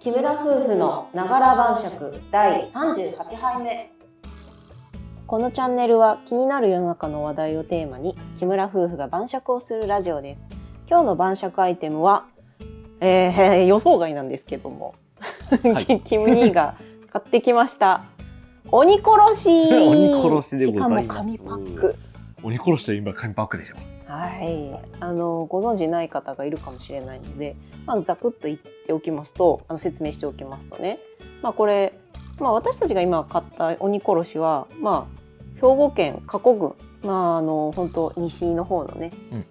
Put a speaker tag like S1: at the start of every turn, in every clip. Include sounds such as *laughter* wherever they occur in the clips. S1: 木村夫婦のながら晩酌第38杯目このチャンネルは気になる世の中の話題をテーマに木村夫婦が晩酌をするラジオです今日の晩酌アイテムは、えー *laughs* 予想外なんですけども、 *laughs*
S2: い
S1: キキム兄が買ってきました鬼殺し
S2: *laughs* 鬼殺しでございます
S1: しかも紙パック
S2: 鬼殺しといえば紙パックでしょ。
S1: はい、あのご存知ない方がいるかもしれないので、まあ、ざくっと言っておきますとあの説明しておきますとね、まあ、これ、まあ、私たちが今買った鬼殺しは、まあ、兵庫県加古郡、まあ、あの本当西の方のね、
S2: うん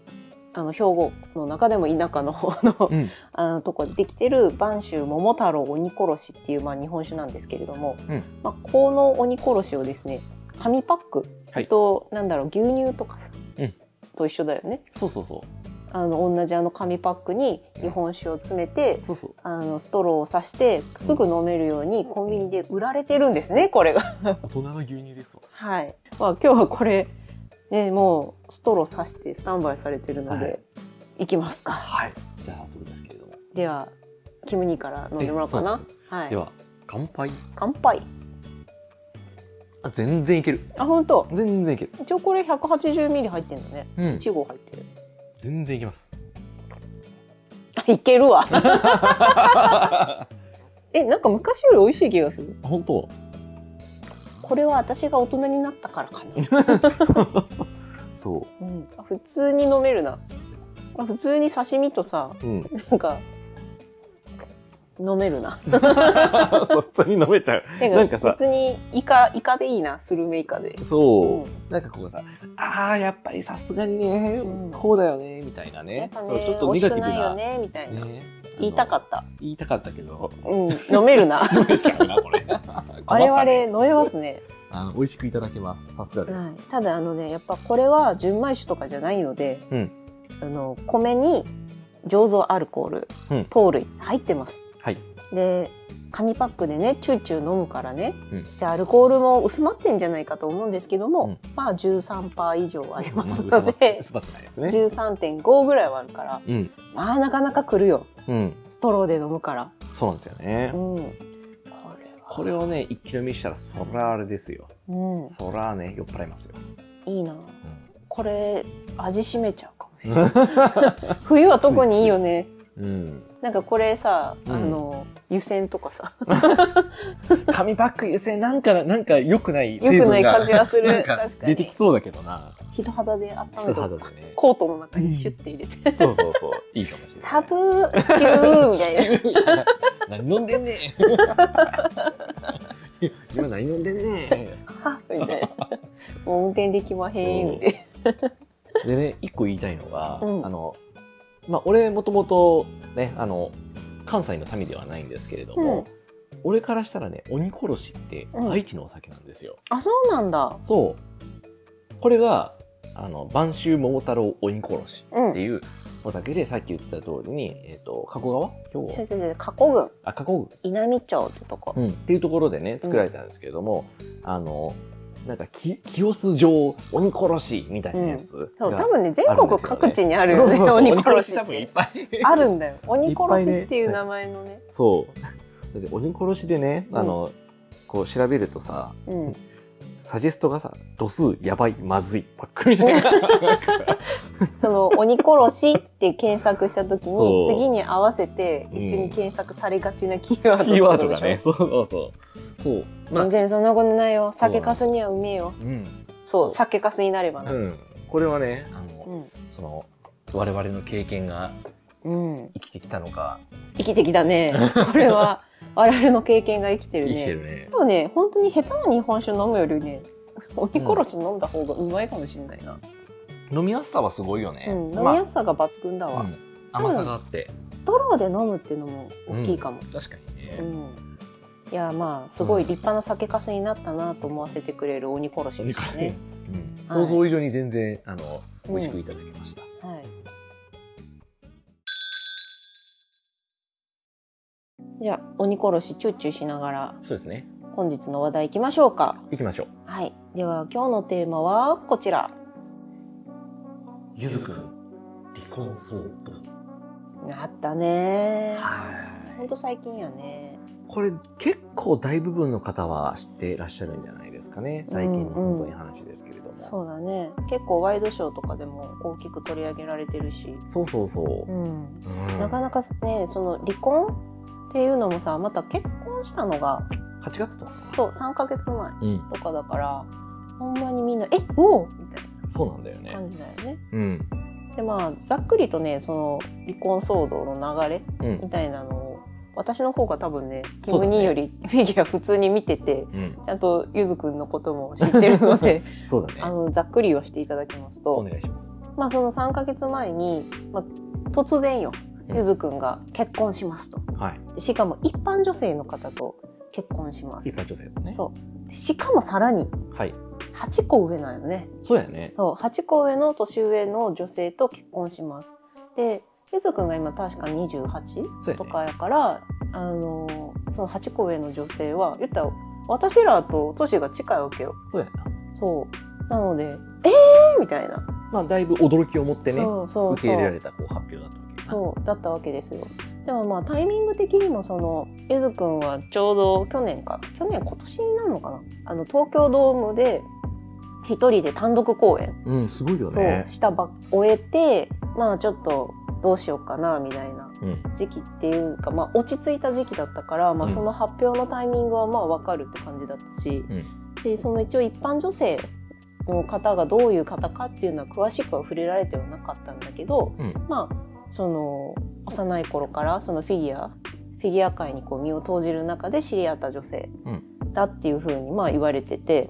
S1: あの兵庫の中でも田舎の方の
S2: うん
S1: *laughs* あのとこでできてる播州桃太郎鬼殺しっていう、まあ、日本酒なんですけれども、
S2: うん
S1: まあ、この鬼殺しをですね紙パックと、なんだろう牛乳とかさ、
S2: うん
S1: と一緒だよね
S2: そうそうそ
S1: あの同じあの紙パックに日本酒を詰めて
S2: う。そうそう。
S1: あのストローを刺してすぐ飲めるようにコンビニで売られてるんですねこれが。
S2: 大人の牛乳ですわ。
S1: はい。 *laughs* まあ今日はこれねもうストロー刺してスタンバイされてるので、、
S2: はい
S1: きますか。
S2: はい。じゃあ早速ですけれども。
S1: ではキムニーから飲んでもらおうか
S2: え
S1: な
S2: そう。
S1: はい。
S2: では乾杯。
S1: 乾杯
S2: あ全然いける。
S1: あ本当
S2: 全然いける。
S1: 一応これ180ミリ入ってんだね
S2: うん。
S1: 1合入ってる
S2: 全然いけます。
S1: あいけるわ *laughs* えなんか昔より美味しい気がする
S2: *laughs* 本当。
S1: これは私が大人になったからかな、
S2: そ
S1: うん、あ普通に飲めるなあ普通に刺身とさ
S2: う。 *laughs* うん。
S1: なんか飲める
S2: *laughs*
S1: な
S2: 普通に飲めちゃう。
S1: て
S2: なんかさ
S1: 普通にイカイカでいいなスルメイカで
S2: そうう。なんかここさ、ああやっぱりさすがにね
S1: うん、
S2: こうだよねみたいな
S1: やっ
S2: ね。
S1: ぱ
S2: そう
S1: ね
S2: ちょっと
S1: 美
S2: ネ
S1: 味し
S2: ガ
S1: く
S2: ティブ
S1: ないよ
S2: な。
S1: ねみたいな、
S2: ね。
S1: 言いたか
S2: った。
S1: った、
S2: 言いたかったけど。
S1: うん、飲め
S2: *laughs*
S1: るな
S2: 飲めちゃう
S1: *laughs*
S2: なこれ。困ったね
S1: 我々飲めますね
S2: あの美味しくいただけます。さすがです。
S1: はい、ただあのねやっぱこれは純米酒とかじゃないので、
S2: うん
S1: あの米に醸造アルコール、
S2: うん
S1: 糖類入ってます
S2: はい。
S1: で紙パックでねチューチュー飲むからね、
S2: うん
S1: じゃあアルコールも薄まってんじゃないかと思うんですけども、
S2: うん
S1: まあ13%以上はあります
S2: まあ
S1: ので
S2: 薄まってないですね。
S1: 13.5ぐらいはあるから
S2: うん。
S1: まあなかなか来るよ
S2: うん。
S1: ストローで飲むから、
S2: そうなんですよね
S1: う。ん、こ
S2: これをね、一気飲みしたら、そらあれですよ。
S1: れは、
S2: そらね、酔っ払いますよ。
S1: うん、いいな
S2: う
S1: これ味しめちゃうかもしれない
S2: ん。 *laughs*
S1: 冬は特にいいよね
S2: うん、
S1: なんかこれさ、
S2: うん
S1: あの湯煎とかさ、
S2: 紙パック優先なんかなんか良くない
S1: 良くない感じがする
S2: なんか
S1: 確かに
S2: 出てきそうだけどな
S1: 人肌で温め
S2: 人
S1: て
S2: 肌でね
S1: コートの中にシュッて入れて、
S2: そうそうそういいかもしれない
S1: サ
S2: *laughs*
S1: ブーチューみたいな
S2: 何飲んでん *laughs* ねん今何飲んでんね
S1: はっみたいなもう運転できまへんって
S2: んでね一個言いたいのが、
S1: うん
S2: あのまあ俺もともとねあの関西の民ではないんですけれども、俺からしたらね鬼殺しって
S1: うん
S2: 愛知のお酒なんですよ、
S1: あそうなんだ
S2: そう。これが、あの、晩秋桃太郎鬼殺し
S1: うん
S2: っていうお酒で、さっき言ってた通りに、えっ、と、加古川
S1: 違
S2: 兵庫
S1: う違う違う加古郡
S2: あ、加古
S1: 稲美町ってとこ、
S2: うんっていうところでね、作られたんですけれども、あの、なんか、き清洲城鬼殺しみたいなやつ
S1: そう
S2: が
S1: 多分ね全
S2: あるんで
S1: 国
S2: すよね
S1: 各地にあるよね
S2: *laughs* そうそう
S1: 鬼殺し
S2: 多
S1: っ
S2: 分いってぱい。
S1: あるんだよ鬼
S2: いっぱ
S1: 殺
S2: い
S1: し
S2: ね
S1: っていう名前のね
S2: そう。 *laughs* だって鬼殺しでね、あの、こう調べるとさ、
S1: うん
S2: サジェストがさ、度数やばい、まずい、パックみた *laughs* いな。
S1: その「鬼殺し」って検索した時に
S2: そう
S1: 次に合わせて一緒に検索されがちなキーワード
S2: キーワード
S1: が
S2: がね。そうそうそう。そう。まあ
S1: 全、然そんなことないよ酒かすにはうめえよ
S2: うん。
S1: そ
S2: そうう
S1: 酒かすになればな
S2: うん。これはね、あ
S1: う
S2: の、
S1: ん、
S2: その、我々の経験が
S1: うん、
S2: 生きてきたのか、
S1: 生きてきた
S2: *laughs*
S1: ねこれは我々の経験が生きてる
S2: 生き
S1: ね
S2: てるね
S1: で。もね本当に下手な日本酒飲むよりね鬼殺し飲んだ方がうまいかもしれないな、
S2: 飲みやすさはすごいよね。
S1: うん飲
S2: ま
S1: み
S2: あ
S1: やすさが抜群だわ、
S2: うん甘さがあって。
S1: ストローで飲むっていうのも大きいかも、
S2: 確かに
S1: う
S2: ね。
S1: んいやまあすごい立派な酒かすになったなと思わせてくれる鬼殺しでしたね。
S2: うん想像以上に全然、あの、美味しくいただきました。
S1: はい、じゃあ鬼殺しチューチューしながら
S2: そうですね。
S1: 本日の話題いきましょうか。
S2: 行きましょう。
S1: はい、では今日のテーマはこちら。
S2: ゆずくん、離婚騒動。
S1: あったね
S2: はい
S1: 本当最近やね
S2: これ結構大部分の方は知ってらっしゃるんじゃないですかね最近の本当に話ですけれども、
S1: そうだね結構ワイドショーとかでも大きく取り上げられてるし、
S2: そうそうそうう、
S1: ん、
S2: うん
S1: なかなかねその離婚っていうのもさまた結婚したのが
S2: 8月とかか
S1: そう3ヶ月前
S2: なうん
S1: とかだからほんまにみんな「えもう!」みたい
S2: そうなんだよ
S1: な
S2: ね
S1: 感じだよね。
S2: うん
S1: でまあざっくりとねその離婚騒動の流れ
S2: うん
S1: みたいなのを私の方が多分ねキ
S2: そう
S1: ム
S2: だね
S1: ニよりフィギュア普通に見てて
S2: うん
S1: ちゃんとゆずくんのことも知ってるので
S2: そうだ *laughs* ね
S1: あのざっくりはしていただきます
S2: お
S1: と、
S2: 願いします
S1: まあ、その3ヶ月前に、まあ、突然よ
S2: うん
S1: ゆずくんが結婚しますと
S2: はい
S1: しかも一般女性の方と結婚します
S2: 一。般女性だね
S1: そうしかもさらに
S2: はい
S1: 8個上なんよね。
S2: そうやね
S1: そう8個上の年上の女性と結婚します。でゆずくんが今確か
S2: そうやね
S1: 28とかやからあのその8個上の女性は言ったら私らと年が近いわけよ。
S2: そうやな
S1: そうなので「えー!」みたいな、
S2: まあだいぶ驚きを持ってね
S1: そうそう
S2: 受け
S1: そ
S2: 入れられ
S1: う
S2: たこう発表だったわけですな
S1: そうだったわけですよ。でもまあタイミング的にもそのゆずくんはちょうど去年か去年今年になるのかなあの東京ドームで一人で単独公演
S2: うんすごいよ
S1: そうしたば終えてまあちょっとどうしようかなみたいな
S2: うん
S1: 時期っていうか、まあ、落ち着いた時期だったから、まあ、
S2: うん
S1: その発表のタイミングはまあ分かるって感じだったし、
S2: うん
S1: でその一応一般女性の方がどういう方かっていうのは詳しくは触れられてはなかったんだけど、
S2: うん
S1: まあその幼い頃からそのフィギュアフィギュア界にこう身を投じる中で知り合った女性
S2: うん
S1: だっていうふうにまあ言われてて。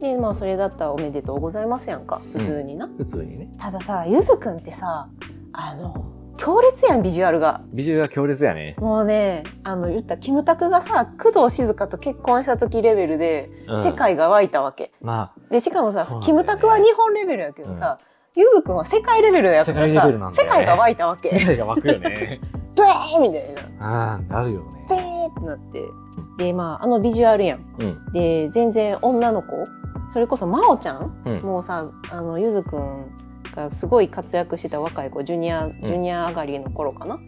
S1: でまあ、それだったらおめでとうございますやんか普通にな、
S2: 普通にね
S1: たださゆずくんってさあの強烈やんビジュアルが
S2: ビジュアルが強烈やね、
S1: もうねあの言ったらキムタクがさ工藤静香と結婚した時レベルで
S2: うん
S1: 世界が湧いたわけ、
S2: ま
S1: でしかもさ、
S2: そうなんだよね
S1: キムタクは日本レベルやけどさ、ゆずくんは世界レベルやから
S2: 世界
S1: さ
S2: レベルなんだよね
S1: 世界が湧いたわ
S2: あ
S1: け「
S2: 世界が湧くよね
S1: ドエー!」みたいな
S2: *laughs* ああなるよね
S1: 「ドエー!」ってなってでまああのビジュアルやん
S2: うん
S1: で全然女の子それこそ真央ちゃん
S2: うん
S1: もうさあのゆずくんがすごい活躍してた若い子ジュニアジュニア上がりの頃かな、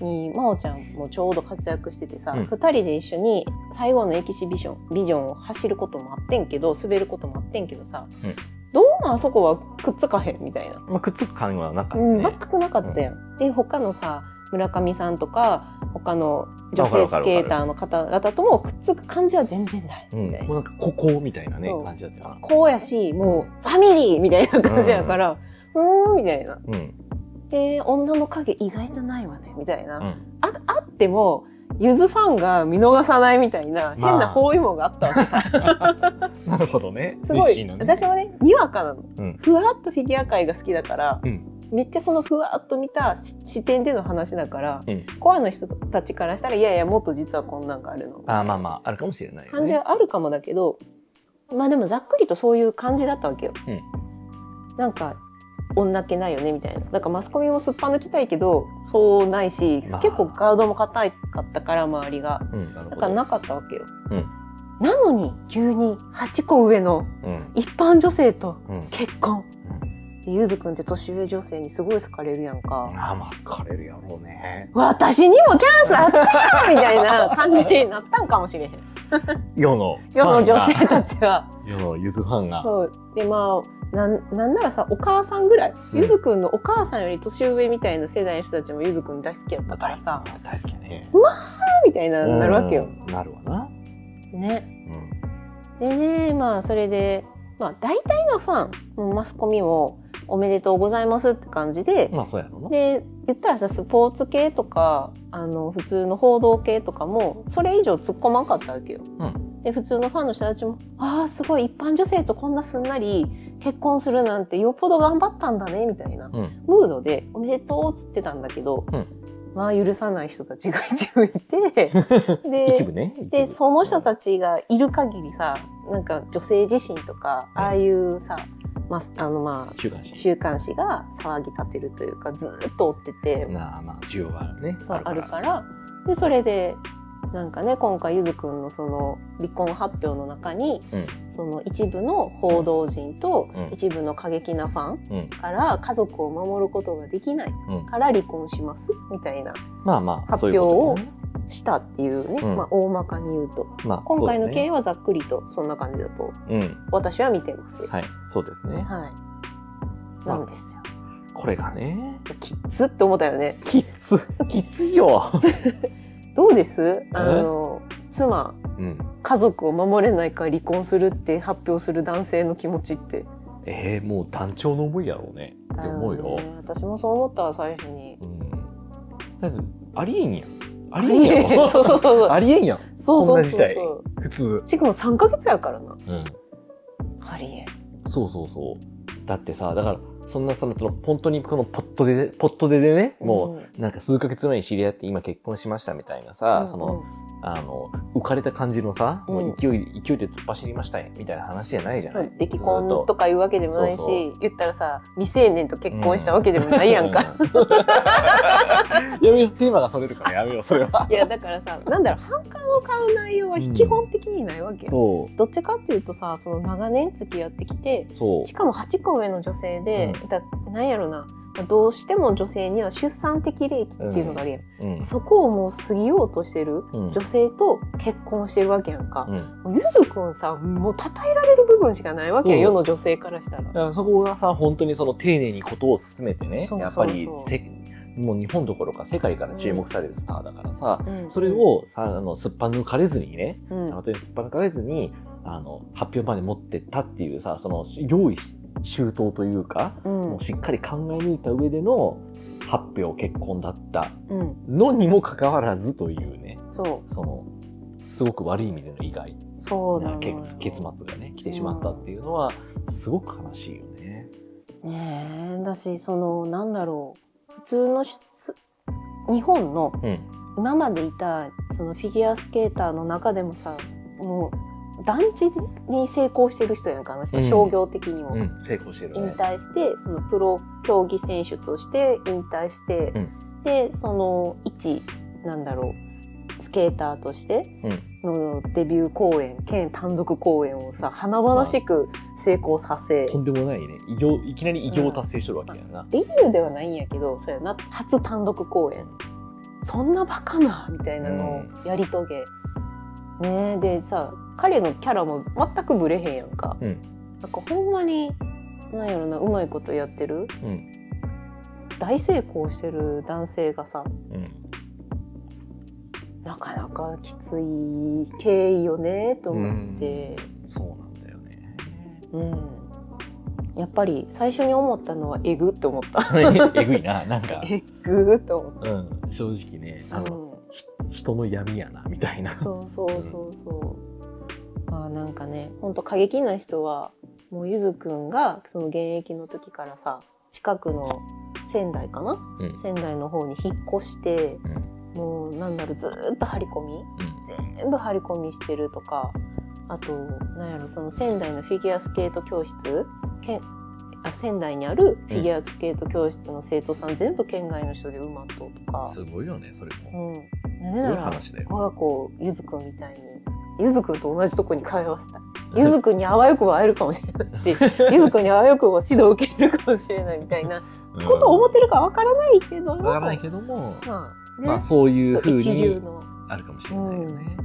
S1: に真央ちゃんもちょうど活躍しててさ、
S2: う
S1: 二
S2: ん
S1: 2人で一緒に最後のエキシビションビジョンを走ることもあってんけど滑ることもあってんけどさ、
S2: うん
S1: どうもあそこはくっつかへんみたいな、
S2: まあくっつく感はなかった
S1: うん、
S2: ね、
S1: 全くなかったやん。で他のさ村上さんとか他の女性スケーターの方々ともくっつく感じは全然ない
S2: うん
S1: みたいな。
S2: もうなんかここみたいなね
S1: そう
S2: 感じだったよな
S1: こうやし、もう、ファミリーみたいな感じやから、うーん、みたいな。
S2: うん
S1: で、女の影意外とないわね、みたいな。
S2: う
S1: あ
S2: ん
S1: あっても、ゆずファンが見逃さないみたいな、
S2: まあ
S1: 変な包囲網があったわけさ。
S2: なるほどね
S1: すご
S2: 嬉し
S1: い、
S2: のね
S1: 私もね、にわかなの。
S2: うん
S1: ふわっとフィギュア界が好きだから、
S2: うん
S1: めっちゃそのふわっと見た視視点での話だから、
S2: うん
S1: コアの人たちからしたら、いやいや、もっと実はこんなんがあるの。
S2: あーまあまああるかもしれないよね
S1: 感じはあるかもだけど、まあでもざっくりとそういう感じだったわけよ。
S2: うん
S1: なんか女気ないよねみたいな。なんかマスコミもすっぱ抜きたいけどそうないし、
S2: まあ
S1: 結構ガードも硬かったから周りが。
S2: うんなるほ
S1: だ
S2: ど
S1: からなかったわけよ。
S2: うん
S1: なのに急に8個上の
S2: うん
S1: 一般女性と
S2: うん
S1: 結婚。でゆずくんって年上女性にすごい好かれるやんか。
S2: あーまあ好かれるやろうね
S1: 私にもチャンスあったよみたい
S2: *laughs*
S1: な感じになったんかもしれへん。
S2: 世の
S1: 世の女
S2: ファン
S1: 性
S2: が
S1: たちは。
S2: 世のゆずファンが
S1: そうでまあなんなんならさお母さんぐらい、
S2: うん
S1: ゆずくんのお母さんより年上みたいな世代の人たちもゆずくん大好きやったからさ
S2: 大好きやね
S1: みたいななるわけよ。
S2: うんなるわな
S1: ね、
S2: うん
S1: でねまあそれで、まあ、大体のファンもうマスコミも「おめでとうございます」って感じで。
S2: まあそうやろうな
S1: で言ったらさスポーツ系とかあの普通の報道系とかもそれ以上突っ込まんかったわけよ。
S2: う
S1: で普通のファンの人たちも「ああすごい一般女性とこんなすんなり結婚するなんてよっぽど頑張ったんだね」みたいな、
S2: うん
S1: ムードで「おめでとう」っつってたんだけど、
S2: うん
S1: まあ許さない人たちが一部い
S2: *laughs*
S1: てで
S2: 一部ね一
S1: で
S2: 部
S1: その人たちがいる限りさなんか女性自身とか
S2: うん
S1: ああいうさ、まああのまあ
S2: 中間誌
S1: 週刊誌が騒ぎ立てるというかずーっと追ってて、
S2: なあまあ需要があるね
S1: そうあるからでそれでなんかね今回ゆずくんのその離婚発表の中に、
S2: うん
S1: その一部の報道陣と
S2: うん
S1: 一部の過激なファン
S2: うん
S1: から家族を守ることができない
S2: うん
S1: から離婚しますみたいな
S2: まあまあ
S1: 発
S2: そうい
S1: 表
S2: うこと
S1: を
S2: よね
S1: したっていうね、
S2: うん
S1: まあ大まかに言うと
S2: まあ
S1: 今回の
S2: そ
S1: 経
S2: うだね
S1: 営はざっくりとそんな感じだと
S2: うん
S1: 私は見てますよ。
S2: はいそうですね
S1: はい、
S2: まあ
S1: なんですよ。
S2: これがね
S1: きつって思ったよね。
S2: きつきついよ
S1: どうですあの妻
S2: うん
S1: 家族を守れないから離婚するって発表する男性の気持ちって。
S2: えー、もう団長の思いやろうねって思うよ
S1: だ、ね私もそう思ったわ最初に。
S2: うん、だってありえんやんありえんや *laughs* ろ
S1: そうそうそうそう。
S2: ありえんやん
S1: そう
S2: こ
S1: そう
S2: んな事
S1: そう
S2: 態
S1: そう。
S2: 普通、
S1: しかも三ヶ月やからな。
S2: うん、
S1: ありえん。
S2: そうそうそうだってさだからそんなそのその本当にこのポットでねポットででねもうなんか数ヶ月前に知り合って今結婚しましたみたいな
S1: うん、
S2: さ、
S1: うん
S2: そのあの浮かれた感じのさ、もう勢い勢いで突っ走りましたねみたいな話じゃないじゃない、
S1: 出来婚とかいうわけでもないし、
S2: そうそ
S1: 言ったらさ未成年と結婚したわけでもないやんか、
S2: うん。やめよう、テーマがそれるからやめよう、それは。
S1: いやだからさなんだろう反感を買う内容は基本的にないわけよ、
S2: そ
S1: どっちかっていうとさその長年付き合ってきて
S2: う。そ
S1: しかも8個上の女性で、
S2: う
S1: だなんやろなどうしても女性には出産的利益っていうのがあるやん、
S2: う。うん。
S1: そこをもう過ぎようとしてる
S2: うん
S1: 女性と結婚してるわけやんか、
S2: うん
S1: もうゆずくんさもう称えられる部分しかないわけよ、
S2: うん
S1: 世の女性からしたら
S2: だ。からそこがさ、本当にその丁寧にことを進めてね、
S1: そう
S2: やっ
S1: そ
S2: ぱ
S1: うそう
S2: りせ、もう日本どころか世界から注目されるスターだからさ、
S1: うん
S2: それ、をさ、あの、すっぱ抜かれずにね、
S1: うん
S2: 本当にすっぱ抜かれずに、あの、発表まで持ってったっていうさ、その、用意し周到というか、
S1: うん
S2: もうしっかり考え抜いた上での発表、結婚だった
S1: うん、
S2: のにもかかわらずというね、
S1: そう
S2: その、すごく悪い意味での意外
S1: そうな
S2: な
S1: の
S2: 結
S1: よ
S2: 結末がね、来てしまったっていうのは、すごく悲しいよね。
S1: ねえだしそのなんだろう普通のす日本の
S2: うん。
S1: 今までいたそのフィギュアスケーターの中でもさもう団地に成功してる人やんかあの人、
S2: うん
S1: 商業的にも、
S2: うん、成功してる
S1: 引
S2: ね。
S1: 退してそのプロ競技選手として引退して、
S2: う
S1: でその一なんだろうススケーターとしてのデビュー公演兼単独公演をさ華々しく成功させ、
S2: とんでもないね。偉業、いきなり偉業を達成してるわけやな。
S1: デビューではないんやけどそうやな初単独公演そんなバカなみたいなのをやり遂げ、ねえでさ彼のキャラも全くブレへんやんか、
S2: うん
S1: なんかほんまになんやろなうまいことやってる、
S2: うん
S1: 大成功してる男性がさ
S2: うん。
S1: なかなかきつい経緯よねと思って、
S2: そうなんだよね。
S1: うんやっぱり最初に思ったのはえぐって思った。
S2: えぐいな、な
S1: *laughs*
S2: んか。
S1: えぐーっと思っ
S2: うん、正直ね、
S1: た。
S2: あの、
S1: うん
S2: ひ人の闇やな、みたいな。
S1: そうそうそうそう。まあなんかね、ほんと過激な人は、もうゆずくんがその現役の時からさ、近くの仙台かな
S2: うん。
S1: 仙台の方に引っ越して、
S2: うん。
S1: もうなんだろう、ずーっと張り込み全部張り込みしてるとか、あと、なんやろ、その仙台のフィギュアスケート教室、けんあ仙台にあるフィギュアスケート教室の生徒さん、全部県外の人で埋まっとうと
S2: うん。
S1: か。
S2: すごいよね、それも。
S1: うん。なぜ
S2: す
S1: な
S2: ごい
S1: ら、
S2: 話だよ。
S1: 我が子ゆずくんみたいにゆずくんと同じとこに通わせたいゆずくんにあわよくば会えるかもしれない
S2: *laughs*
S1: しゆずくんにあわよくば指導を受けれるかもしれないみたいなことを思ってるかわからないけども、
S2: わからないけども、
S1: まあね、
S2: まあそういう
S1: そ
S2: ふ
S1: う
S2: う
S1: 一流
S2: に
S1: の
S2: あるかもしれないよね。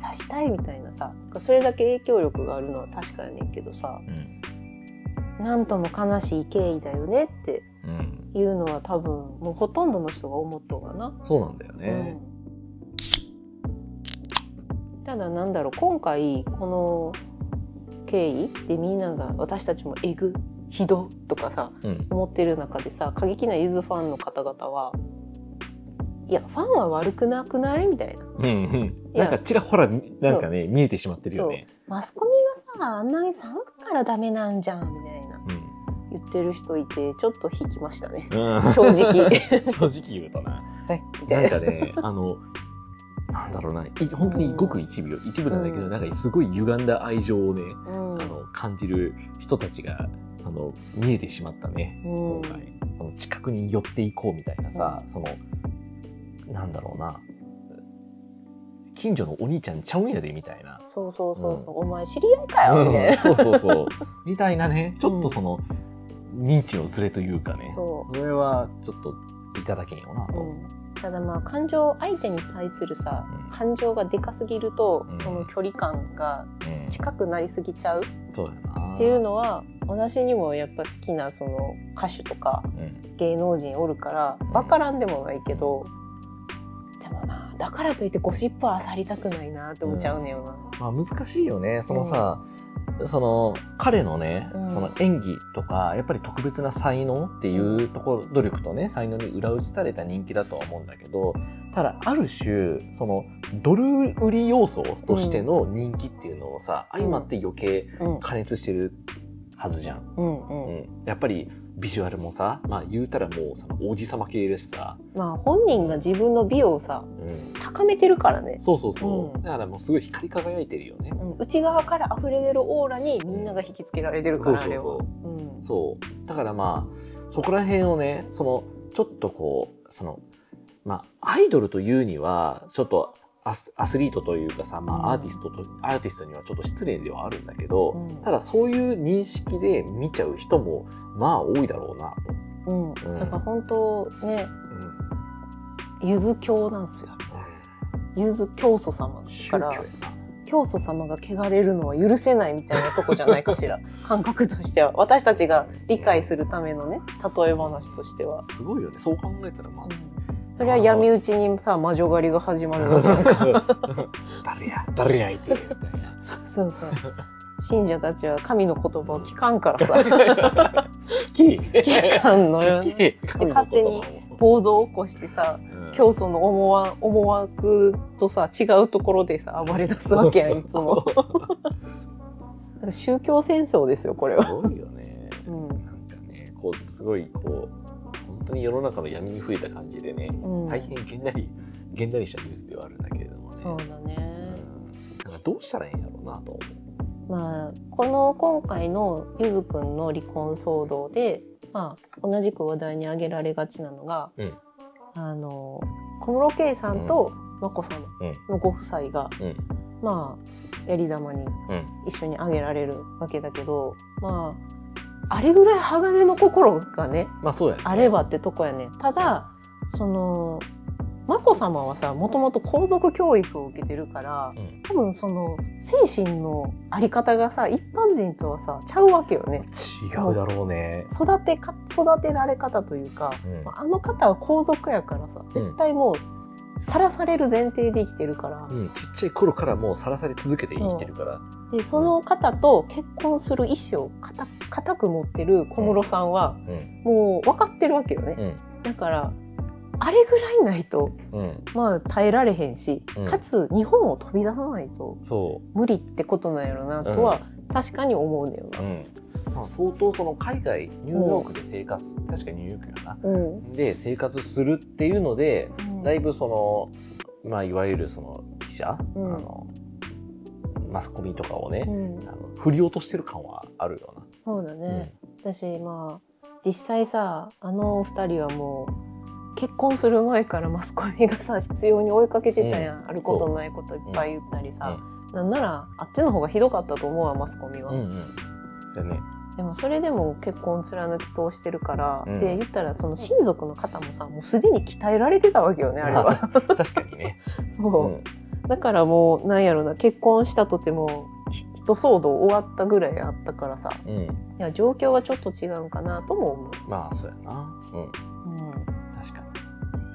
S1: 刺したいみたいなさそれだけ影響力があるのは確かやねんけどさ
S2: うん。
S1: なんとも悲しい経緯だよねって
S2: うん。
S1: いうのは多分もうほとんどの人が思っとうわな。
S2: そうなんだよね。
S1: うんただなんだろう今回この経緯でみんなが私たちもえぐひどとかさ
S2: うん。
S1: 思ってる中でさ過激なゆずファンの方々はいやファンは悪くなくないみたいな
S2: うん。うん。なんかちらほら、なんかね、見えてしまってるよね。
S1: マスコミがさあんなに騒ぐからダメなんじゃんみたいな
S2: うん。
S1: 言ってる人いてちょっと引きましたね
S2: うん
S1: 正直
S2: *laughs* 正直言うとな。
S1: みたい
S2: なん
S1: な
S2: かね、あの、なんだろうな、い本当にごく一部よ、一部なんだけど、
S1: うん
S2: なんかすごい歪んだ愛情をね、
S1: うん
S2: あの、感じる人たちが、あの、見えてしまったね。
S1: うん
S2: 今回この近くに寄っていこうみたいなさ、そのなんだろうな近所のお兄ちゃんちゃうんやで、みたいな。
S1: そうそうそうそう、お前知り合いかよみたい
S2: うん
S1: な。
S2: そうそう
S1: *laughs*
S2: そう。みたいなね、ちょっとその、認知のずれというかね、
S1: そ
S2: これはちょっといただけんよな
S1: う、
S2: と。
S1: うん、ただまあ感情相手に対するさ
S2: うん
S1: 感情がでかすぎると、
S2: うん
S1: その距離感が
S2: うん
S1: 近くなりすぎちゃうっ
S2: そうやな。
S1: ていうのは、私にもやっぱ好きなその歌手とか
S2: うん
S1: 芸能人おるから分からんでもないけど、でもなだからといってゴシップは漁りたくないなって思っちゃうねよ
S2: まあ難しいよね。そのさ、その彼のね、
S1: うん
S2: その演技とか、やっぱり特別な才能っていうところ、努力とね、才能に裏打ちされた人気だとは思うんだけど、ただある種、そのドル売り要素としての人気っていうのをさ、
S1: うん
S2: 相まって余計
S1: な。うん
S2: 加熱してるはずじゃん。
S1: うんうん
S2: うんやっぱりビジュアルもさ、まあ言うたらもうその王子様系ですさ、
S1: まあ本人が自分の美をさ
S2: うん
S1: 高めてるからね、
S2: そうそうそう、
S1: うん
S2: だからもうすごい光り輝いてるよね。
S1: うん、内側から溢れ出るオーラにみんなが引きつけられてるか
S2: そう
S1: らあ
S2: そう
S1: れは。
S2: そう。
S1: うん
S2: そう。だからまあ、そこら辺をね、その、ちょっとこう、その、まあ、アイドルというには、ちょっとアス、アスリートというかさ、ま
S1: うん
S2: あ、アーティストと、アーティストにはちょっと失礼ではあるんだけど、
S1: うん
S2: ただそういう認識で見ちゃう人も、まあ、多いだろうな、と。
S1: うん、だから本当ね
S2: うん。
S1: ゆず教なんですよゆず教祖様ですか
S2: 宗教や
S1: ら教祖様が汚れるのは許せないみたいなとこじゃないかし
S2: *laughs*
S1: ら感覚としては私たちが理解するためのね例え話としては
S2: な。。すごいよね。そう考えたら、まあ
S1: う、んそれは闇討ちにさ魔女狩りが始まるのさ
S2: *laughs* 誰や、誰や相手みたいな。
S1: そうそう信者たちは神の言葉を聞かんから
S2: *laughs*
S1: さ *laughs* 聞かんのよね
S2: で
S1: 勝手に暴動を起こしてさ教祖の思わ思惑とさ違うところでさ暴れ出すわけやんいつもだから宗教戦争ですよこれは、
S2: すごいよね
S1: うん
S2: なんかねこうすごいこう本当に世の中の闇に増えた感じでね、
S1: うん
S2: 大変げんなりげんなりしたニュースではあるんだけれどもね
S1: そうだ
S2: うん
S1: ね
S2: なんかどうしたらいいんやろうなと思
S1: まあこの今回のゆずくんの離婚騒動で、まあ、同じく話題に挙げられがちなのが、
S2: うん
S1: あの小室圭さんと眞子さんのご夫妻が、
S2: う、うん
S1: まあやり玉に
S2: うん、
S1: 一緒に挙げられるわけだけどまああれぐらい鋼の心がね
S2: まあそうやね
S1: あればってとこやねただその眞子さまはさもともと皇族教育を受けてるから
S2: うん
S1: 多分その精神のあり方がさ一般人とはさちゃうわけよね
S2: 違うだろうね、
S1: 育てか育てられ方というか
S2: うん
S1: あの方は皇族やからさ絶対もうさらされる前提で生きてるから、
S2: うん、ちっちゃい頃からもうさらされ続けて生きてるから
S1: でその方と結婚する意思を固固く持ってる小室さんは
S2: うん
S1: もう分かってるわけよね、
S2: うん
S1: だからあれぐらいないと
S2: うん
S1: まあ耐えられへんし、
S2: うん
S1: かつ日本を飛び出さないと
S2: そう
S1: 無理ってことなんやろなとは確かに思うんだよな。
S2: まあ、相当その海外ニューヨークで生活確かニューヨークやな
S1: うん
S2: で生活するっていうのでだいぶその、まあ、いわゆるその記者、
S1: うん
S2: あのマスコミとかを
S1: う
S2: ね、
S1: ん
S2: あの振り落としてる感はあるよ
S1: そうだ
S2: な、
S1: ね、私まあ実際さあの二人はもう結婚する前からマスコミがさ必要に追いかけてたやん、あることないこといっぱい言ったりさ、なんならあっちの方がひどかったと思うわマスコミは、
S2: うんうんうんでね
S1: でもそれでも結婚貫き通してるから、
S2: うん
S1: で言ったらその親族の方もさもうすでに鍛えられてたわけよねあれは。
S2: まあ確かにね、
S1: そう
S2: *laughs* うん
S1: だからもうなんやろな結婚したとてもひ一騒動終わったぐらいあったからさ
S2: うん、
S1: いや状況はちょっと違うかなとも思う。
S2: まあそうやな、うん、
S1: うん
S2: 確か
S1: し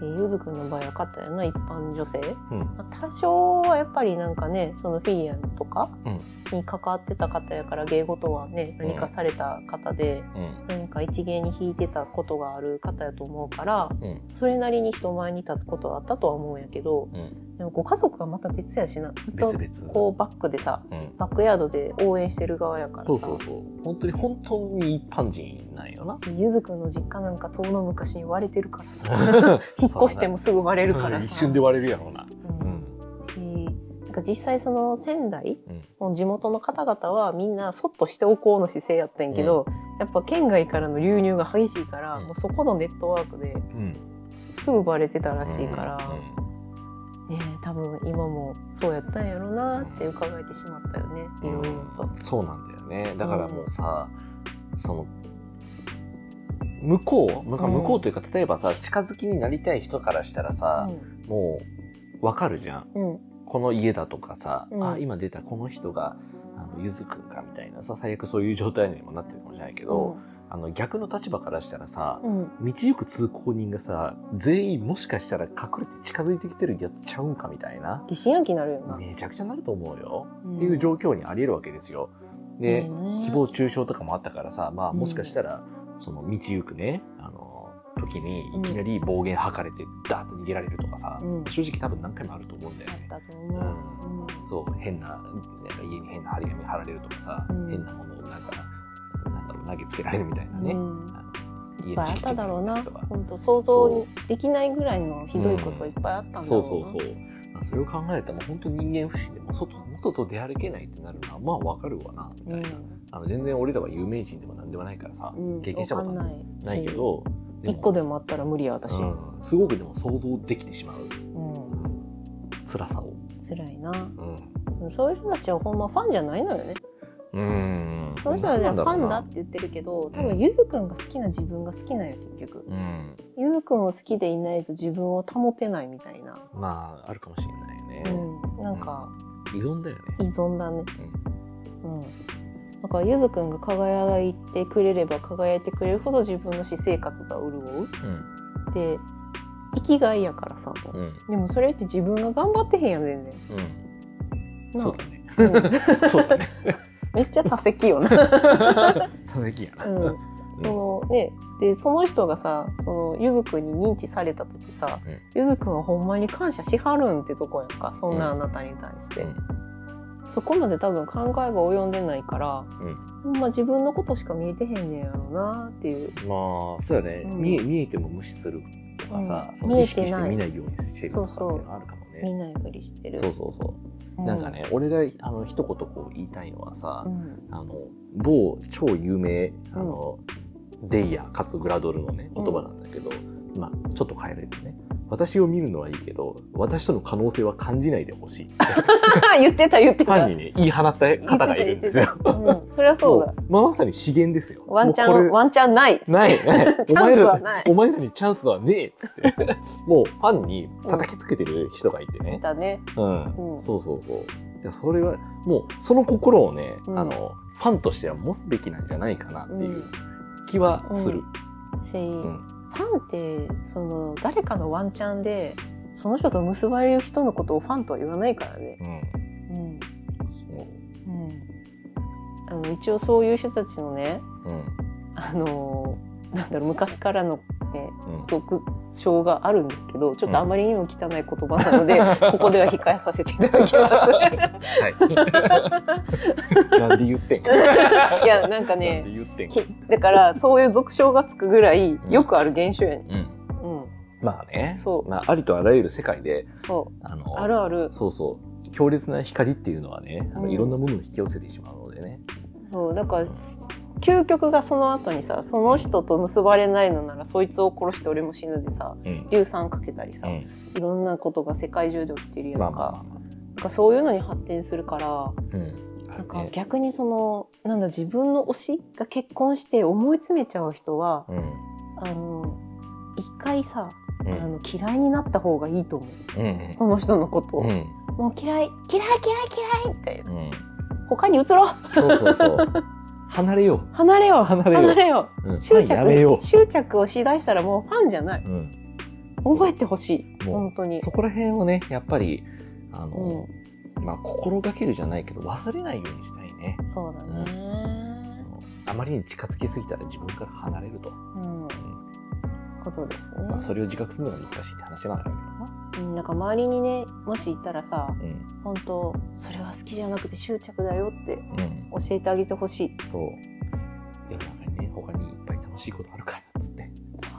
S1: ゆずくんの場合はかったやな一般女性、
S2: うん
S1: まあ多少はやっぱりなんかねそのフィギュアとか
S2: うん
S1: に関わってた方やから芸事はね何かされた方で、
S2: に、
S1: 何か一芸に弾いてたことがある方やと思うから
S2: うんうん
S1: それなりに人前に立つことはあったとは思うんやけど
S2: うん、
S1: でもご家族はまた別やしなずっと
S2: 別々、
S1: こうバックでさ
S2: うん、
S1: バックヤードで応援してる側やからさ
S2: そうそうそう本当に本当に一般人なんよな
S1: 私ゆずくんの実家なんか遠の昔に割れてるから
S2: *laughs*
S1: さ引っ越してもすぐ割れるからさ、
S2: うん一瞬で割れるやろうな、
S1: うんしなんか実際その仙台の地元の方々はみんなそっとしておこうの姿勢やったんやけど、やっぱ県外からの流入が激しいから、
S2: うん
S1: もうそこのネットワークで
S2: うん
S1: すぐバレてたらしいから、
S2: うん
S1: ねえ多分今もそうやったんやろなって伺えてしまったよねいろいろと。
S2: そうなんだよねだからもうさ、その向こうなんか向こうというか、例えばさ近づきになりたい人からしたらさ、もうわかるじゃん
S1: うんうん
S2: この家だとかさ、
S1: うん
S2: あ今出たこの人があのゆずくんかみたいなさ最悪そういう状態にもなってるかもしれないけど、あの逆の立場からしたらさ
S1: うんうん
S2: 道行く通行人がさ全員もしかしたら隠れて近づいてきてるやつちゃうんかみたいな
S1: 疑心暗鬼になるよな、
S2: めちゃくちゃなると思うよ、
S1: ん
S2: っていう状況にありえるわけですよ。で、
S1: ねえね
S2: 誹謗中傷とかもあったからさ、まあ、
S1: うん
S2: もしかしたらその道行くねあの時にいきなり暴言吐かれてダーッと逃げられるとかさ、
S1: うん
S2: 正直多分何回もあると思うんだよ
S1: あ
S2: ね
S1: っ。たと思う。
S2: そう変ななんか家に変な張り紙貼られるとかさ、
S1: うん
S2: 変なものをなんかなんだろう投げつけられるみたいな
S1: うん
S2: ね、
S1: うん
S2: あの
S1: い
S2: 家
S1: っぱいあ
S2: 敷
S1: っ
S2: 地
S1: ただろうな
S2: とか
S1: 本当想像できないぐらいのひどいこといっぱいあったんだろうな、
S2: そうそうそうそれを考えたらもう本当に人間不信でもう外もう外出歩けないってなるのはまあわかるわなみたいな、あの全然俺らは有名人でも何でもないからさ、
S1: うん、
S2: 経験したこと
S1: わか
S2: なんい
S1: ない
S2: ないけど
S1: 一個で
S2: も
S1: もあったら無理や私、う
S2: うんすごくでも想像できてしまう、
S1: ん
S2: うん、辛さを
S1: 辛いな
S2: うん
S1: そういう人たちはほんまファンじゃないのよね
S2: うん
S1: その人たちはフ
S2: なんろう
S1: ァ
S2: な
S1: ンだって言ってるけど多分ゆずくんが好きな自分が好きなんよ結局
S2: うん
S1: ゆずくんを好きでいないと自分を保てないみたいな、
S2: まああるかもしれないよね、
S1: うん、なんか
S2: 依存だよね。
S1: 依存だねうんだからゆずくんが輝いてくれれば輝いてくれるほど自分の私生活が潤う
S2: うん。
S1: で生きがいやからさ、もう
S2: うん。
S1: でもそれって自分が頑張ってへんやん全然
S2: うん。
S1: なあ
S2: そうだね。
S1: うん
S2: そうだね。 *laughs*
S1: めっちゃ多責よ *laughs* な、
S2: 多席やな。
S1: う。ん、そのねでその人がさそのゆずくんに認知された時さ、
S2: うん
S1: ゆずくんはほんまに感謝しはるんってとこやんかそんなあなたに対して、
S2: うん
S1: そこまで多分考えが及んでないから、
S2: うん
S1: ほんま自分のことしか見えてへんねんやろなっていう
S2: まあ、そうやね。
S1: うん
S2: 見え、見えても無視するとかさ、
S1: うん
S2: その意識
S1: 見え
S2: してて
S1: ない
S2: 見ないようにしてるとかっていうのあるかも
S1: み
S2: ね。
S1: んないふりしてる
S2: そうそうそう。
S1: う
S2: なんかね、俺が、あの、一言こう言いたいのはさ
S1: う、ん *laughs*
S2: あの、某超有名、あの、レイヤーかつグラドルのね、言葉なんだけど、まあ、ちょっと変えれてね。私を見るのはいいけど、私との可能性は感じないでほしい。
S1: 言ってた言って
S2: フ
S1: た
S2: ァンにね、言い放った方がいるんですよ。
S1: うん、そりゃそうだ
S2: もうまあ、まさに資源ですよ。
S1: ワンチャ
S2: もう
S1: ン
S2: こ
S1: ワンチャンない
S2: れ
S1: *laughs*
S2: ない、ない。
S1: チャンスはない
S2: お前らにお前らにチャンスはねえっつって。 *laughs* もう、ファンに叩きつけてる人がいてね。
S1: だね
S2: うん。
S1: うん
S2: そうそうそう。いや、それは、もう、その心をね、
S1: うん
S2: あの、ファンとしては持つべきなんじゃないかなっていう気はする。
S1: し、
S2: ん
S1: ファンってその誰かのワンチャンでその人と結ばれる人のことをファンとは言わないからね。
S2: うん。
S1: うん
S2: そう
S1: あの一応そういう人たちのね
S2: うん。
S1: あのなんだろう昔からの、ね、
S2: うん。
S1: 俗称があるんですけどちょっとあまりにも汚い言葉なので、 *laughs* ここでは控えさせていただきま *laughs*
S2: はい。なんで言ってんか。 *laughs*
S1: す。いやなんか
S2: なんで
S1: ね
S2: 言ってんか
S1: き。だからそういう俗称がつくぐらいよくある現象やね。
S2: うん。
S1: うん、
S2: まあね。
S1: そう
S2: まあ、ありとあらゆる世界で、
S1: そう
S2: あの、
S1: あるある
S2: そうそう強烈な光っていうのはねあの
S1: うん
S2: いろんなものを引き寄せてしまうのでね、
S1: そうだから究極がその後にさその人と結ばれないのならそいつを殺して俺も死ぬでさ
S2: うん
S1: 硫酸かけたりさ、
S2: うん
S1: いろんなことが世界中で起きてるやんか,、
S2: まあまあまあまあ
S1: なんかそういうのに発展するから
S2: うんあ
S1: なん
S2: る
S1: か
S2: ね
S1: 逆にそのなんだ自分の推しが結婚して思い詰めちゃう人は
S2: うん
S1: あの一回さ、
S2: う
S1: あ
S2: ん
S1: の嫌いになった方がいいと思う
S2: うん
S1: この人のことを、
S2: うん
S1: もう嫌い嫌い嫌い嫌いみたいな
S2: うん
S1: 他に移ろう
S2: そうそうそう
S1: *laughs*
S2: 離れよ
S1: 離れよう
S2: 離れよう
S1: 離れよう
S2: う、うん、
S1: 執
S2: あやめよ、
S1: 着執着をしだしたらもうファンじゃないう
S2: うん、
S1: 覚えてほしい
S2: もう
S1: 本当に
S2: そこら辺をねやっぱりあの、まあ心がけるじゃないけど忘れないようにしたいね
S1: そうだね
S2: あのあまりに近づきすぎたら自分から離れると、
S1: うんことですね、
S2: まあ、それを自覚するのが難しいって話なんだけどな、
S1: うん、なんか周りにねもしいたらさ
S2: うん
S1: 本当それは好きじゃなくて執着だよって
S2: うん、
S1: 教えてあげてほしい
S2: そう世の中にね他にいっぱい楽しいことあるからっつって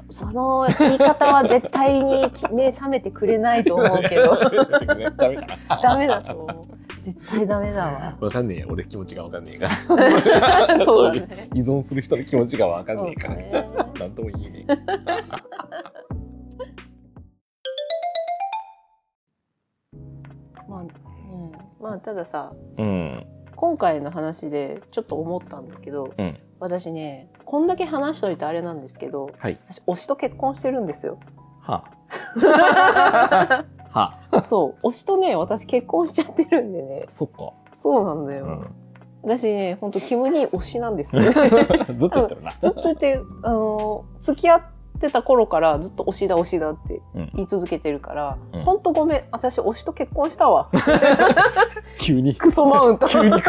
S1: そその言い方は絶対にき目覚めてくれないと思うけ *laughs* ど
S2: *laughs* ダメかな
S1: ダメだと思う絶対ダメだわ
S2: *laughs* わかんねえよ俺気持ちがわかんねえから
S1: *laughs* そうだ
S2: いう
S1: ね
S2: *laughs* 依存する人の気持ちがわかんねえから
S1: そうだね
S2: なんとも言えねえ
S1: たださ
S2: うん。
S1: 今回の話でちょっと思ったんだけど、
S2: うん
S1: 私ねこんだけ話しといてあれなんですけど
S2: はい。
S1: 私推しと結婚してるん *laughs* ですよ
S2: はあ。はあ。
S1: そう推しとね私結婚しちゃってるんでね
S2: そっか。
S1: そうなんだよ、
S2: うん。
S1: 私ねほんとキムに推しなん *laughs* ですよね
S2: *laughs* ずっと言ってるな。
S1: ずっと言ってあの付き合ってた頃からずっと推しだ推しだって
S2: うん
S1: 言い続けてるから、
S2: うん
S1: ほんとごめん私推しと結婚した
S2: *laughs*
S1: わ
S2: 急に。 *laughs*
S1: クソマウント
S2: 急に。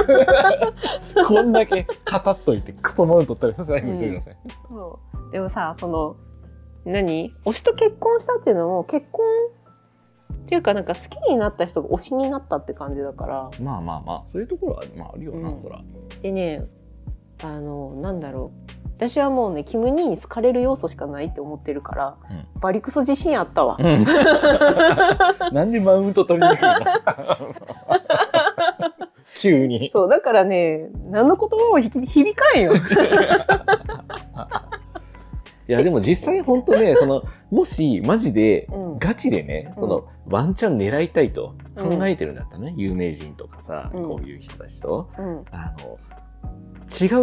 S2: こんだけ語っといて、クソマウント取ったら最後に言ってください。
S1: そうでもさその何推しと結婚したっていうのも結婚っていうかなんか好きになった人が推しになったって感じだから
S2: まあまあまあ、そういうところは、まあ、あるよな、
S1: うん
S2: そら。
S1: でねあのなんだろう私はもうねキム・ニーに好かれる要素しかないって思ってるから、バリクソ自信あったわ、
S2: なん *laughs* でマウント取りにくいの *laughs* 急に。
S1: そうだからね何の言葉もひき響かん
S2: *laughs*
S1: よ
S2: いや、でも実際本当ね、その、もし、マジで、
S1: うん
S2: ガチでね、
S1: うん
S2: その、ワンチャン狙いたいと考えてるんだったらね、有名人とかさ、
S1: うん
S2: こういう人たちと、
S1: うん
S2: あの、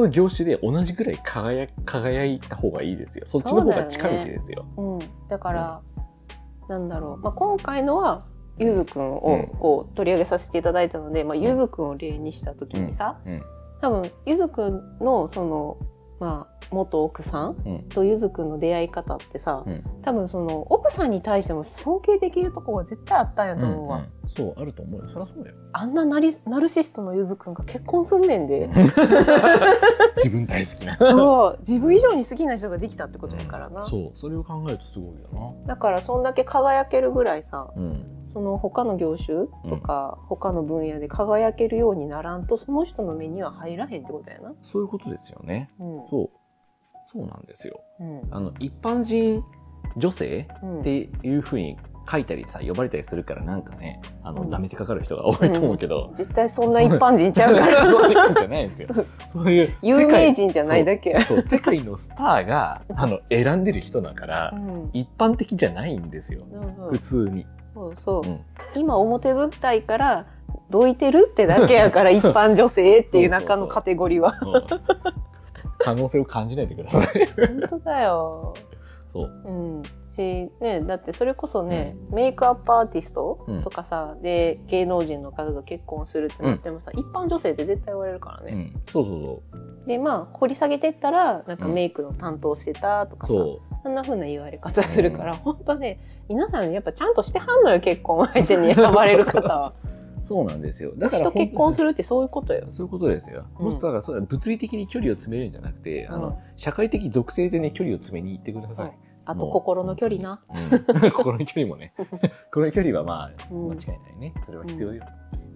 S2: 違う業種で同じぐらい輝輝いた方がいいですよ。そっちの方が近道ですよ。
S1: うん、だから、なんだろう、まあ、今回のはゆずくんをこう取り上げさせていただいたので、まあ、ゆずくんを例にした時にさ、
S2: うんうん
S1: 多分ゆずくんのその、まあ、元奥さん
S2: うん
S1: とゆずくんの出会い方ってさ、
S2: うん
S1: 多分その奥さんに対しても尊敬できるとこが絶対あったんやと思うわ、
S2: うんうんそう、あると思うよ。そりゃそうよ。
S1: あんなナリナルシストのゆずくんが結婚すんねんで。
S2: 自分大好きな。
S1: そう自分以上に好きな人ができたってことだからな、
S2: うんそう、それを考えるとすごいよ
S1: だからそんだけ輝けるぐらいさ、
S2: な。うん。
S1: その他の業種とか、他の分野で輝けるようにならんとその人の目には入らへんってことやな。
S2: そういうことですよね。
S1: うん
S2: そう。そうなんですよ。
S1: うん
S2: あの、一般人女性
S1: うん
S2: っていうふうに書いたりさ、呼ばれたりするからなんかね、あの、
S1: うん
S2: なめてかかる人が多いと思うけど。
S1: 実際そんな一般人ちゃうから
S2: そういうのじゃないんですよ
S1: そう。
S2: そういう。
S1: *laughs* 有名人じゃないだけや。
S2: そう、世界のスターが、あの、選んでる人だから
S1: う、ん
S2: 一般的じゃないんですよ。
S1: そう
S2: 普通に。
S1: そうそう
S2: うん
S1: 今表舞台からどいてるってだけやから一般女性っていう中のカテゴリーは。
S2: うん可能性を感じないでください。
S1: 本当だよ。
S2: そう。
S1: うんしね、だってそれこそね、メイクアップアーティストとかさ、で芸能人の方と結婚するってなってもさ、一般女性って絶対言われるからね。
S2: うんそうそう
S1: でまあ掘り下げてったらなんか
S2: うん
S1: メイクの担当してたとかさ、
S2: そう。
S1: そんな風な言われ方するから、ほん、本当ね皆さんやっぱちゃんとしてはんのよ結婚相手に選ばれる方は。
S2: そう。そうなんです *laughs* よ。だ
S1: 私
S2: か
S1: と
S2: ら本当に
S1: 結婚するってそういうことよ。
S2: そういうことですよ。
S1: うん
S2: もしだからそれは物理的に距離を詰めるんじゃなくて、あ
S1: うん
S2: の社会的属性でね距離を詰めに行ってください。
S1: あと心の距離な。
S2: うん *laughs* 心の距離
S1: *laughs*
S2: もね。心の距離はまあ
S1: うん
S2: 間違いないね。それは必要よ。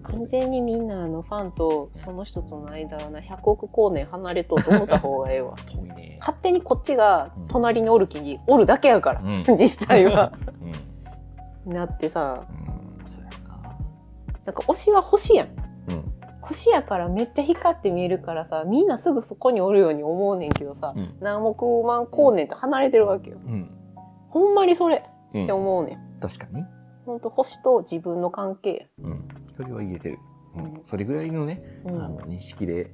S1: 完全にみんなあのファンとその人との間はな100億光年離れとうと思った方がええわ。
S2: 遠いね。
S1: 勝手にこっちが隣におる気におるだけやから、
S2: うん
S1: 実際は。
S2: うん。
S1: なってさ
S2: うん。そうやな。
S1: なんか推しは星やん。
S2: うん。
S1: 星やからめっちゃ光って見えるからさみんなすぐそこにおるように思うねんけどさ、
S2: うん
S1: 何億万光年と離れてるわけよ
S2: うん。
S1: ほんまにそれ
S2: う
S1: って
S2: ん。
S1: 思うねん、
S2: 確かに。
S1: ほんと星と自分の関係
S2: うん。距離は言えてる。う
S1: うん
S2: ん。それぐらいのね、
S1: や、
S2: あ
S1: うん
S2: の認識で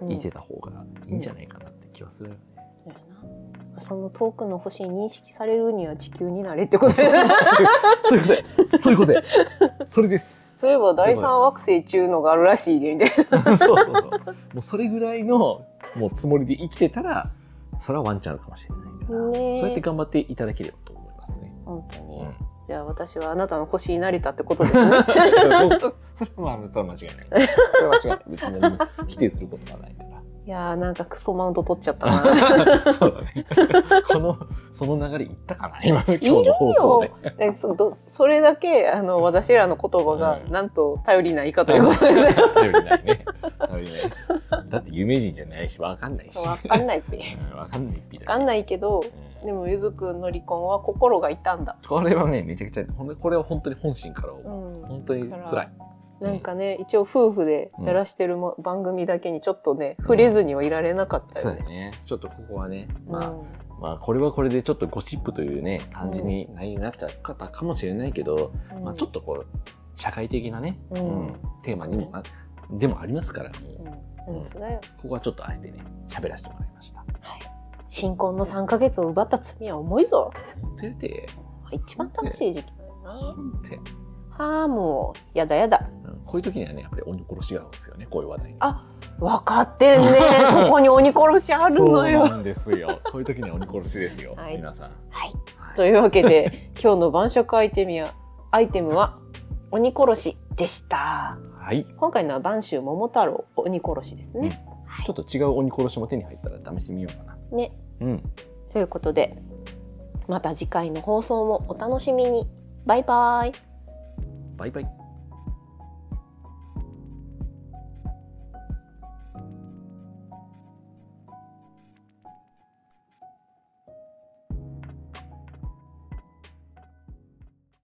S1: うん
S2: いてた方がいいんじゃないかなって気はするよね。
S1: そうやなその遠くの星に認識されるには地球になれってことや
S2: *laughs*
S1: な
S2: *laughs* そういうことで、そういうことで、
S1: *laughs*
S2: それです。
S1: そういえば第三惑星中のがあるらしいねみたいな
S2: *laughs* そうそうそう。もうそれぐらいのもうつもりで生きてたら、それはワンチャンあるかもしれないから、
S1: ねえ
S2: そうやって頑張っていただければと思いますね。
S1: 本当に、
S2: うん *laughs*
S1: じゃあ私はあなたの星になれたってことですね
S2: それはまあそれは間違いない。それは間違いない。別に何も否定することはないから。
S1: いやーなんかクソマウント取っちゃった
S2: *laughs*
S1: な
S2: そうだね。この、その流れいったかな今、今日の放送で。
S1: でそどそれだけあの私らの言葉が、
S2: うん
S1: なんと頼りないかということですね
S2: 頼りないね。頼りない。だって有名人じゃないし、わかんないし。
S1: わかんないって。
S2: うんわかんないっぴだし。
S1: わかんないけど、
S2: うん
S1: でもゆずくんの離婚は心が痛んだ。
S2: これはね、めちゃくちゃ、ほんとこれは本当に本心から思
S1: う
S2: う。
S1: ん。
S2: 本当に辛い。
S1: なんかね、一応夫婦でやらしてるも、番組だけにちょっとね、触れずにはいられなかった
S2: そ
S1: よ
S2: うだ
S1: ね。
S2: ね。ちょっとここはね、
S1: うん
S2: まあ、まあ、これはこれでちょっとゴシップというね、感じになりなっちゃったかもしれないけど、
S1: うん
S2: まあ、ちょっとこう、社会的なね、
S1: う
S2: うん
S1: ん
S2: テーマにもなでもありますから、
S1: うん
S2: うん
S1: 本当だよ
S2: ここはちょっとあえてね喋らせてもらいました。
S1: 新婚の3ヶ月を奪った罪は重いぞ
S2: てて
S1: 一番楽しい時期だよな
S2: て
S1: はあもうやだやだ
S2: うんこういう時にはねやっぱり鬼殺しがあるんですよねこういう話題に。
S1: 分かってん *laughs* ねここに鬼殺しあるの
S2: そう
S1: よ
S2: なんです *laughs* よ。こういう時には鬼殺しですよ。
S1: はい
S2: 皆さん。
S1: はいというわけで今日の晩酌アイテムはアイテムは鬼殺しでした
S2: はい。
S1: 今回のは晩秋桃太郎鬼殺しですね、
S2: ちょっと違う鬼殺しも手に入ったら試してみようかな。
S1: ね
S2: うん。
S1: ということでまた次回の放送もお楽しみにバイバイ
S2: バイバイ。